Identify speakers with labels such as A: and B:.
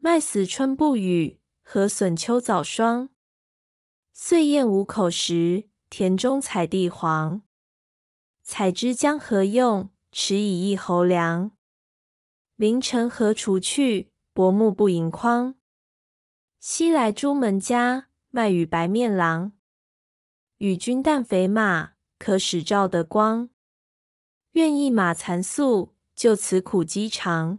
A: 麦死春不语，禾笋秋早霜。岁晏无口时，田中采地黄。采之将何用？持以一侯粮。凌晨何处去？薄暮不盈筐。西来朱门家，卖与白面郎。与君但肥马，可使照得光。愿一马残素，就此苦饥肠。